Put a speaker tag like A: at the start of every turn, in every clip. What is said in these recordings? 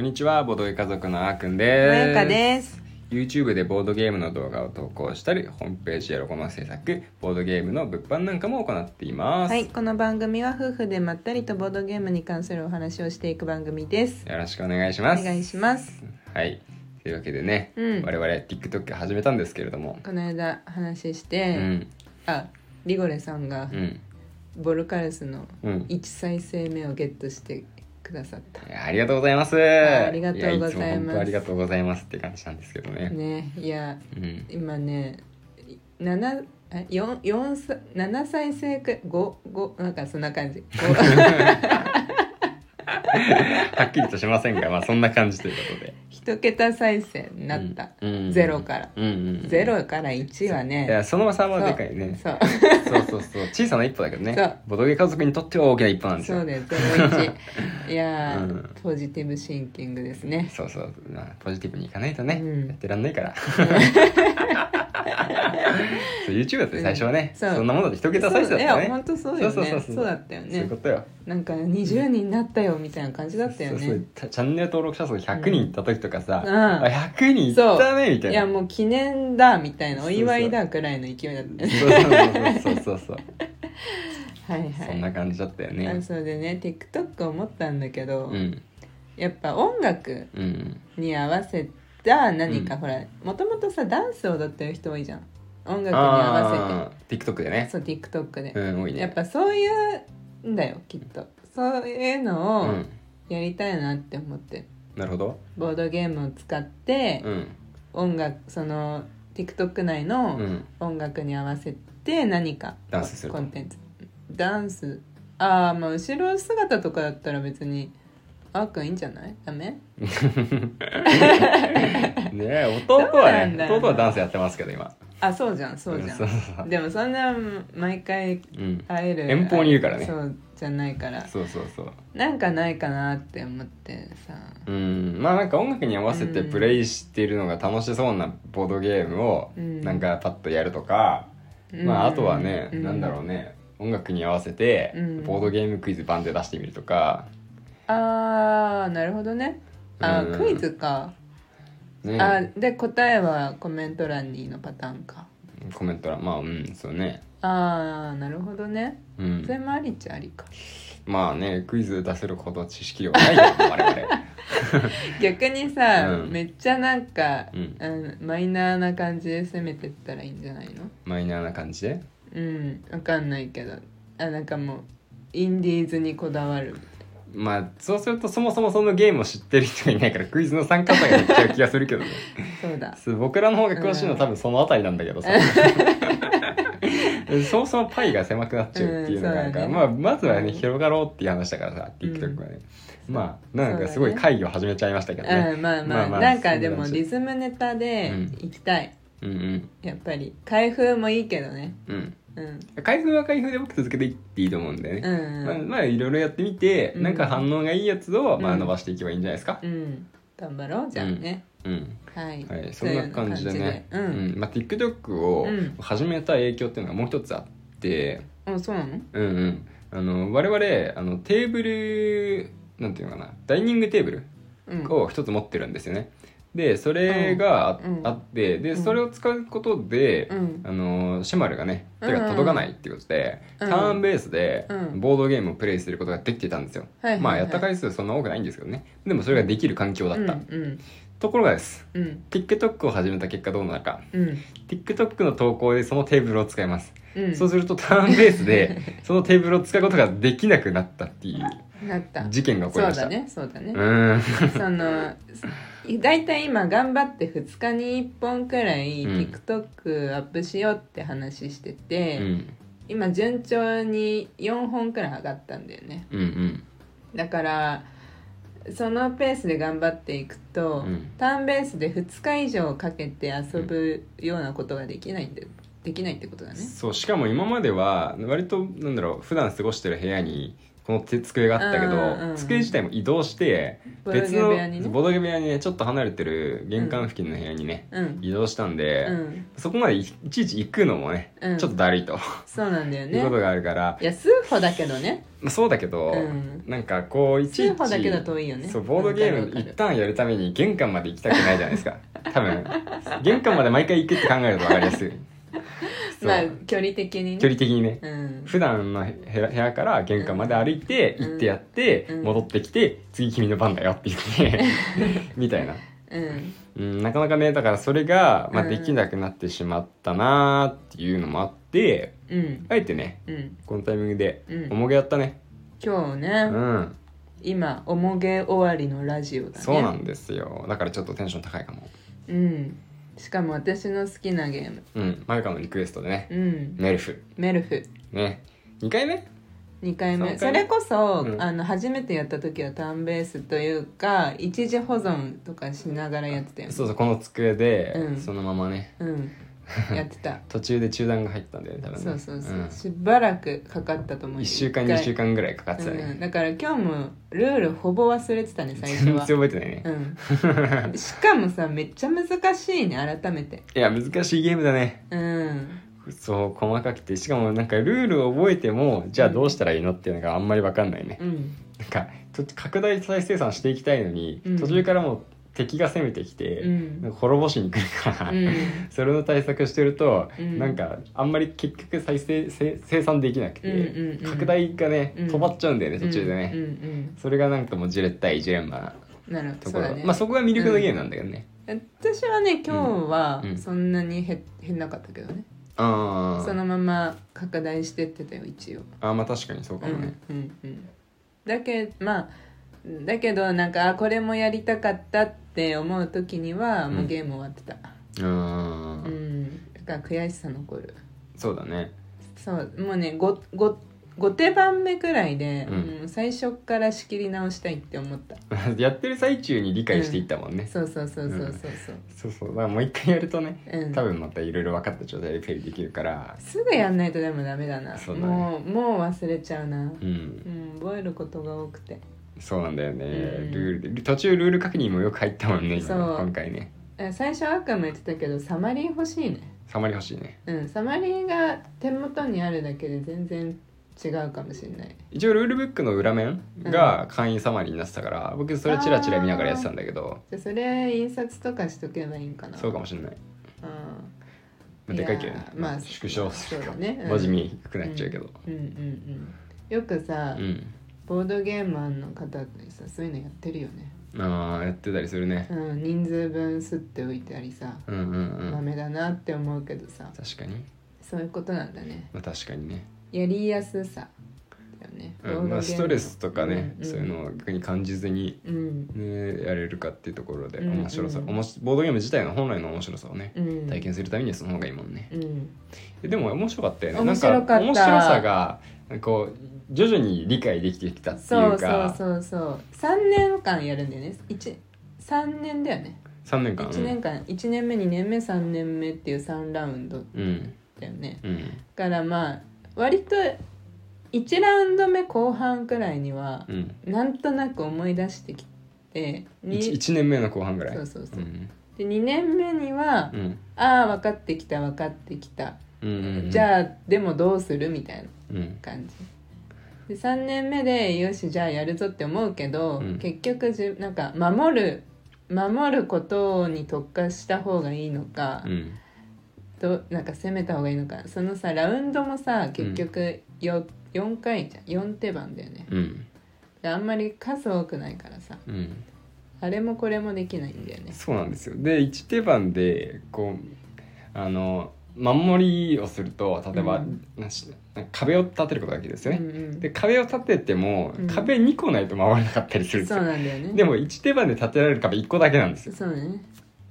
A: んにちはボードゲー家族のあーくんです
B: まゆかです
A: YouTube でボードゲームの動画を投稿したりホームページやロゴの制作ボードゲームの物販なんかも行っています、
B: はいこの番組は夫婦でまったりとボードゲームに関するお話をしていく番組です
A: よろしくお願いし
B: お
A: ます
B: 願いします
A: はいというわけでね、
B: うん
A: 我々 TikTok 始めたんですけれども
B: この間話し
A: う
B: て、
A: ん
B: あリゴレさんが
A: うん
B: ボルカルスの
A: うん
B: 1再生目をゲットしてくださった
A: いやありがとうございます
B: あありがとうご
A: やい
B: ざいます
A: つも本当ありがとうございますって感じなんですけどね
B: ねいや
A: うん
B: 今ね7あ四四さ7再生く五五なんかそんな感じこう
A: はっきりとしませんが、まあ、そんな感じということで。
B: 一桁再生になった、
A: うん
B: ゼロから、
A: うんうんうん、
B: ゼロから1はね
A: いやその差
B: そ
A: は
B: う
A: でかいね
B: そう
A: そうそうそう小さな一歩だけどね
B: そう
A: ボドゲ家族にとっては大きな一歩なんですよ
B: そうですゼロ一いやー、
A: うん
B: ポジティブシンキングですね
A: そうそうまあ、ポジティブにいかないとね、
B: うん
A: やってらんないからそう YouTube だって最初はね、
B: うん
A: そ
B: そうん
A: なもので一桁再生だった
B: そういや
A: ね
B: 本当そうよね
A: そ
B: そうう
A: そうそう
B: だったよ
A: そういう
B: ね
A: ことよ
B: なんか20人になったよみたいな感じだったよね
A: そうそうたチャンネル登録者数100人いった時とかさ、
B: うん
A: あ100人いったねみたい
B: い
A: な
B: やもう記念だみたいな
A: そ
B: お
A: うそう
B: 祝いだくらいの勢いだったよね
A: そうそうそうそうそうそう
B: はいはい
A: そんな感じだったよ
B: あ
A: ね
B: それでね TikTok 思ったんだけど、
A: うん
B: やっぱ音楽
A: うん
B: に合わせた何か、
A: うん
B: ほらもともとさダンス踊ってる人多いじゃん音楽に合わ
A: あー TikTok で
B: せて
A: ね
B: そう TikTok で、
A: うん多いね
B: やっぱそういうんだよきっとそういう
A: う
B: のを
A: ん
B: やりたいなって思って、
A: なるほど
B: ボードゲームを使って
A: うん
B: 音楽その TikTok 内
A: う
B: の
A: ん
B: 音楽に合わせて何か
A: ダンスする
B: コンテンツダンスああまあ後ろ姿とかだったら別にあーくんいいんじゃないダメ
A: ねえ弟は
B: そうなんだ
A: ね
B: よ
A: 弟はダンスやってますけど今
B: あそうじゃんそうじ ゃ
A: そうん
B: でもそんな毎回
A: うん
B: 会える
A: 遠方にいるからね
B: そうじゃないから
A: そうそうそう
B: なんかないかなって思ってさ
A: うんまあなんか音楽に合わせて
B: うん
A: プレイしてるのが楽しそうなボードゲームを
B: うん
A: なんかパッとやるとか、
B: うん
A: まああとはね、
B: うん
A: なんだろうね音楽に合わせて
B: うん
A: ボードゲームクイズ版で出してみるとか、
B: あーなるほどねあ
A: うん
B: ークイズか
A: ね、
B: あで答えはコメント欄にのパターンか
A: コメント欄まあうんそうね
B: ああなるほどね
A: うん
B: それもありっちゃありか
A: まあねクイズ出せるほど知識量ないよ我々
B: 逆にさ、
A: うん
B: めっちゃなんか、
A: うん
B: うんマイナーな感じで攻めてったらいいんじゃないの
A: マイナーな感じで
B: うんわかんないけどあなんかもうインディーズにこだわる
A: まあそうするとそもそもそのゲームを知ってる人がいないからクイズの参加者が減っちゃう気がするけ どね
B: そうだ
A: そう僕らの方が詳しいのは多分その辺りなんだけど さそもそもパイが狭くなっちゃうっていうのがあるから、
B: うんそ
A: ま
B: うだ
A: あ、
B: ね
A: まずは
B: う
A: ね
B: ん
A: 広がろうっていう話だからさ TikTok はね、まあなんかすごい
B: そうだね
A: 会議を始めちゃいましたけど ね
B: うんまあまあ、
A: まあまあ
B: なんかでも
A: そういう感じ
B: リズムネタで行きたい、
A: うんうん
B: やっぱり開封もいいけどね
A: うん
B: うん
A: 開封は開封で僕続けていっていいと思うんだよね、
B: うんうん、
A: まあ、まあいろいろやってみて、
B: うん
A: なんか反応がいいやつを、まあ、
B: うん
A: 伸ばしていけばいいんじゃないですか、
B: うん頑張ろうじゃあね、
A: うん
B: はい、
A: はい、そんな感じでね
B: そういう感じで
A: うんまあ、TikTok を
B: うん
A: 始めた影響っていうのがもう一つあって、
B: うん、あそうなの
A: うんうん、あの我々あのテーブルなんていうのかなダイニングテーブル
B: うん
A: を一つ持ってるんですよね。でそれがあ,、
B: うん
A: あってで
B: うん
A: それを使うことで、
B: うん
A: あのシェマルがね手が届かないっていうことで、
B: うん
A: ターンベースで
B: うん
A: ボードゲームをプレイすることができてたんですよ、
B: はいはいはい
A: まあやった回数そんな多くないんですけどねでもそれができる環境だった、
B: うん
A: ところがです
B: うんうん
A: TikTok を始めた結果どうなるか
B: うん
A: TikTok の投稿でそのテーブルを使います、
B: うん
A: そうするとターンベースで そのテーブルを使うことができなくなったっていう
B: なった
A: 事件が起こりました
B: そうだねそうだね、
A: うーん
B: その大体今頑張って2日に1本くらい
A: うん
B: TikTok アップしようって話してて、
A: うん
B: 今順調に4本くらい上がったんだよね
A: うんうん
B: だからそのペースで頑張っていくと、
A: うん
B: ターンベースで2日以上かけて遊ぶようなことができないんだよできないってことだね
A: そうしかも今までは割となんだろう普段過ごしてる部屋にこの手机があったけど、
B: うんうんうん
A: 机自体も移動して
B: ボドゲ
A: 別の
B: 部屋にね
A: ボドゲ部屋にねちょっと離れてる玄関付近の部屋にね、
B: うん
A: 移動したんで、
B: うん
A: そこまでいいちいち行くのもね、
B: うん
A: ちょっとだるいと、
B: そうなんだよ
A: いう
B: ね
A: ことがあるから、
B: いや数歩だけどね
A: まあ、そうだけど、
B: うん
A: なんかこういちい
B: 数
A: ち
B: 歩だけだといいよね
A: そうボードゲー
B: わか
A: ム
B: る
A: 一
B: わか
A: 旦やるために玄関まで行きたくないじゃないですか多分玄関まで毎回行くって考えると分かりやすい
B: る まあ
A: そう
B: 距離的にね
A: 距離的にね
B: うん
A: 普段の部屋部屋から玄関まで歩いて
B: うん
A: 行ってやって
B: うん
A: 戻ってきて次君の番だよって言って みたいな、
B: うん
A: うん、なかなかねだからそれが、まあ、
B: うん
A: できなくなってしまったなーっていうのもあって
B: うん
A: あえてね
B: うん
A: このタイミングで
B: うん
A: おもげやったね
B: 今日ね、
A: うん
B: 今おもげ終わりのラジオだね
A: そうなんですよだからちょっとテンション高いかも
B: うんしかも私の好きなゲーム
A: うんマイカのリクエストでね
B: うん
A: メルフ
B: メルフ
A: ね2回目
B: 2回目
A: 三
B: そ
A: 回目
B: れこそ、
A: うん
B: あの初めてやった時はターンベースというか一時保存とかしながらやってたよね
A: そうそうこの机で、
B: うん
A: そのままね
B: うんやって た
A: 途中で中断が入ったんだよね多分ね
B: そうそうそう、
A: ん
B: しばらくかかったと思う
A: 1週間
B: 一回
A: 2週間ぐらいかかってた
B: うん、
A: ね、
B: だから今日もルールほぼ忘れてたね最初
A: 全然
B: は
A: 覚えてないね、
B: うん、しかもさめっちゃ難しいね改めて
A: いや難しいゲームだね
B: うん
A: そう細かくてしかもなんかルールを覚えてもじゃあどうしたらいいのっていうのがあんまり分かんないね、
B: うん
A: なんかちょっと拡大再生産していきたいのに、
B: うん
A: 途中からもう敵が攻めてきて、
B: うん
A: なんか滅ぼしに来るから、
B: うん
A: それの対策してると、
B: うん
A: なんかあんまり結局再生せ生産できなくて、
B: うんうんうん
A: 拡大がね、
B: うん
A: 止まっちゃうんだよね途中でね、
B: うんうん
A: それがなんかもうじれったいジレンマな
B: うんなるほど
A: とこ
B: そう
A: ろ
B: だ
A: そ,、
B: ね、
A: まあ、そこが魅力のゲームなんだけどね、
B: 私はね今日は
A: うんうん
B: そんなに減,、減んなかったけどね
A: あー
B: そのまま拡大してってたよ一応、
A: あーまあ確かにそう
B: う
A: か
B: ん
A: もね、
B: うんうん、だけまあだけどなんかあこれもやりたかったって思う時にはもうゲーム終わってた、
A: う
B: うんんだから悔しさ残る
A: そうだね
B: そうもうね 5, 5, 5手番目くらいで、
A: うん
B: もう最初から仕切り直したいって思った
A: やってる最中に理解していったもんね、
B: そうそうそうそうそうそう、
A: そうそうだからもう一回やるとね、
B: うん
A: 多分またいろいろ分かった状態でペリできるから
B: すぐやんないとでもダメだな
A: そうだね
B: もうもう忘れちゃうな、
A: うん
B: うん、覚えることが多くて
A: そうなんだよね、
B: うん
A: ルール途中ルール確認もよく入ったもんね今ね
B: そう
A: 今回ね
B: え最初あっかも言ってたけどサマリー欲しいね
A: サマリ欲しいね
B: うんサマリーが手元にあるだけで全然違うかもしれない
A: 一応ルールブックの裏面が会員サマリーになってたから、僕それチラチラ見ながらやってたんだけど
B: じゃあそれ印刷とかしとけばいいんかな
A: そうかもしれない、
B: うん
A: まあ、でかいけど
B: い
A: ね
B: やーまあ
A: まあ縮小する
B: そ
A: か
B: うだねうん
A: 文字見にくくなっちゃうけど
B: うんうんうんよくさ、
A: うん、
B: ボードゲーマーの方ってさそういうのやってるよね、
A: あーやってたりするね
B: うん、人数分すっておいてありさ
A: うんうんう
B: ダ
A: ん
B: メだなって思うけどさ
A: 確かに
B: そういうことなんだね
A: まあ確かにね、
B: やりやすさだよね、
A: う
B: ボード
A: ん
B: ゲー
A: ま
B: ム
A: あ、ストレスとかね、
B: うん
A: そういうのを逆に感じずに、
B: うん
A: ね、やれるかっていうところで
B: うんうん
A: 面白さ、おもしボードゲーム自体の本来の面白さをね、
B: うん
A: 体験するためにはその方がいいもんね、
B: うん
A: えでも面白かったよね
B: 面白かった
A: なんか面白さがこう徐々に理解できてきたってい
B: そう
A: うか
B: そうそうそう3年間やるんだよね一3年だよね
A: 3年間
B: 1年間1年目2年目3年目っていう3ラウンド
A: うん
B: だよね
A: うん
B: だからまあ割と1ラウンド目後半くらいには
A: うん
B: なんとなく思い出してきてに
A: 1, 年目の後半ぐらい
B: そうそうそう
A: うん
B: で2年目には
A: うん
B: ああ分かってきた分かってきた
A: うんうんうん
B: じゃあでもどうするみたいな
A: うん
B: 感じで3年目でよしじゃあやるぞって思うけど、
A: うん
B: 結局じなんか守る守ることに特化した方がいいのか、
A: うん
B: どなんか攻めた方がいいのかそのさラウンドもさ結局よ、4回じゃん4手番だよね
A: うん
B: であんまり数多くないからさ
A: うん
B: あれもこれもできないんだよね
A: そうなんですよで1手番でこうあの守りをすると例えば、
B: うん
A: なしなんか壁を立てることができるんですよ
B: う
A: ね、
B: ん
A: で壁を立てても、
B: うん
A: 壁2個ないと守れなかったりす
B: う
A: るん
B: ん、
A: です
B: そう
A: よ
B: なんだよね
A: でも1手番で立てられる壁1個だけなんですよ
B: そうだね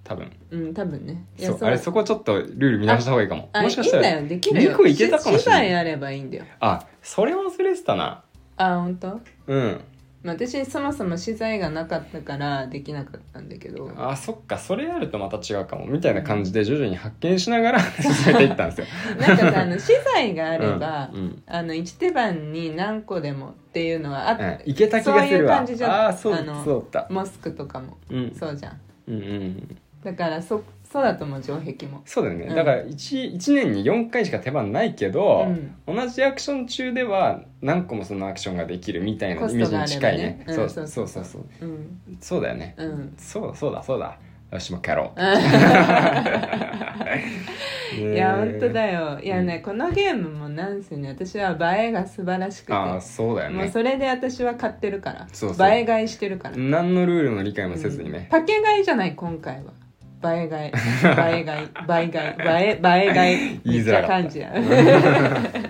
A: 多分
B: うん多分ね
A: そうあれそこちょっとルール見直した方がいいかも
B: あ
A: もしかしたら
B: いいんだよできるよ
A: 二個いけたかもしれない
B: 芝居あればいいんだよ
A: あそれ忘れてたな
B: あ本当
A: うん
B: まあ私そもそも資材がなかったからできなかったんだけど
A: あそっかそれやるとまた違うかもみたいな感じで徐々に発見しながら進めていったんですよ。
B: なんかさあの資材 があれば、
A: うんうん
B: あの一手番に何個でもっていうのはあっ
A: うんいけた気がするわ
B: そういう感じじゃん
A: あーそう
B: あの
A: そうだ
B: モスクとかも
A: うん
B: そうじゃん
A: うんうん
B: だからそそうだと思う城壁も
A: そうだよね、
B: うん
A: だから 1, 1年に4回しか手番ないけど、同じアクション中では何個もそのアクションができるみたいな
B: コ
A: イ
B: ス
A: メー
B: ト
A: ジ
B: があ
A: に
B: れ
A: 近いね、
B: ばねうん
A: そう
B: そ
A: そうう
B: そ
A: そうう
B: そ
A: そううそう
B: うん、 うん
A: だよね、
B: うん
A: そうだそうだそうだよしもう一回やろう
B: い
A: い
B: や本当だよいやね、
A: う
B: このゲームもなんせね私は映えが素晴らしくて
A: ああそうだよ
B: もう
A: ね
B: それで私は買ってるから
A: そうそう
B: 映え買いしてるから、
A: 何のルールの理解もせずにね、
B: パケ買いじゃない今回は倍買い 倍買い倍買い倍え倍買い
A: 言いづらかった
B: めっちゃ感 じ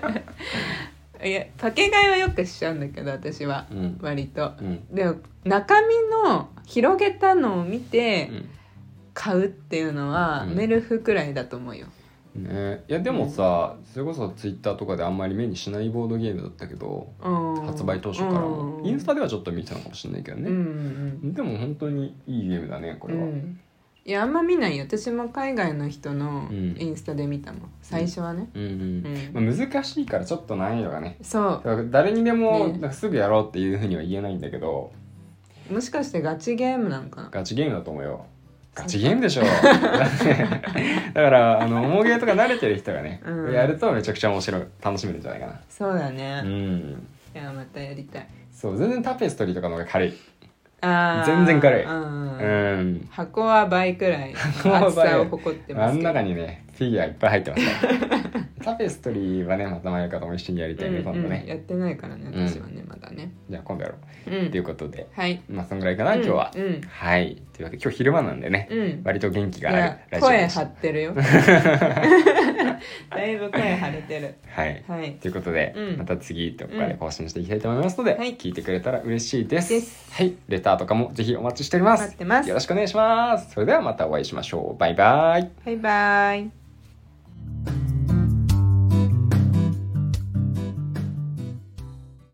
B: やいやパケ買いはよくしちゃうんだけど私は
A: うん
B: 割と
A: うん
B: でも中身の広げたのを見
A: う
B: て
A: ん
B: 買うっていうのは
A: うん
B: メルフくらいだと思うよ、
A: ね、いやでもさ、それこそツイッターとかであんまり目にしないボードゲームだったけど
B: うん、
A: 発売当初から
B: うん
A: インスタではちょっと見てたのかもしれないけど
B: うんう
A: ね、
B: ん
A: でも本当にいいゲームだねこ
B: う
A: れは、
B: んいやあんま見ないよ私も海外の人の
A: うん
B: インスタで見たもん最初はね、
A: うんうん
B: う
A: まあ、難しいからちょっと難易度がね
B: そ
A: だから誰にでも
B: ね
A: なんかすぐやろうっていうふうには言えないんだけど、
B: うもしかしてガチゲームなのかな
A: ガチゲームだと思うよガチゲームで しょだからあの重ゲーとか慣れてる人がね、
B: うん
A: やるとめちゃくちゃ面白い楽しめるんじゃないかな
B: そうだね、
A: う
B: い
A: ん
B: やまたやりたい
A: そう全然タペストリーとかの方が軽い
B: あー
A: 全然軽い
B: うん
A: うん
B: 箱は倍くらい
A: は倍
B: 厚さを誇ってま
A: 真
B: す
A: ん
B: けど
A: 中にねフィギュアいっぱい入ってますからタペストリーはねまた前方も一緒にやりたいね、
B: うんうん
A: 今度ね
B: やってないからね
A: うん
B: 私はね、まだね
A: じゃあ今度やろ
B: う
A: うっていうんことで
B: はい
A: まあそんぐらいかな、今日は、
B: うんうん
A: はいというわけで今日昼間なんでね、
B: うん
A: 割と元気
B: い
A: がある
B: や
A: ラジオ
B: 声
A: でし
B: 張
A: た
B: って るよ だいぶ声張れてる
A: はい
B: はい
A: ということで、
B: うん
A: また次とかで更新していきたいと思いますので、
B: うんはい
A: 聞いてくれたら嬉しいです
B: です
A: はいレターとかもぜひお待ちしております
B: 待ってます
A: よろしくお願いしますそれではまたお会いしましょうバイバイ
B: バイバイ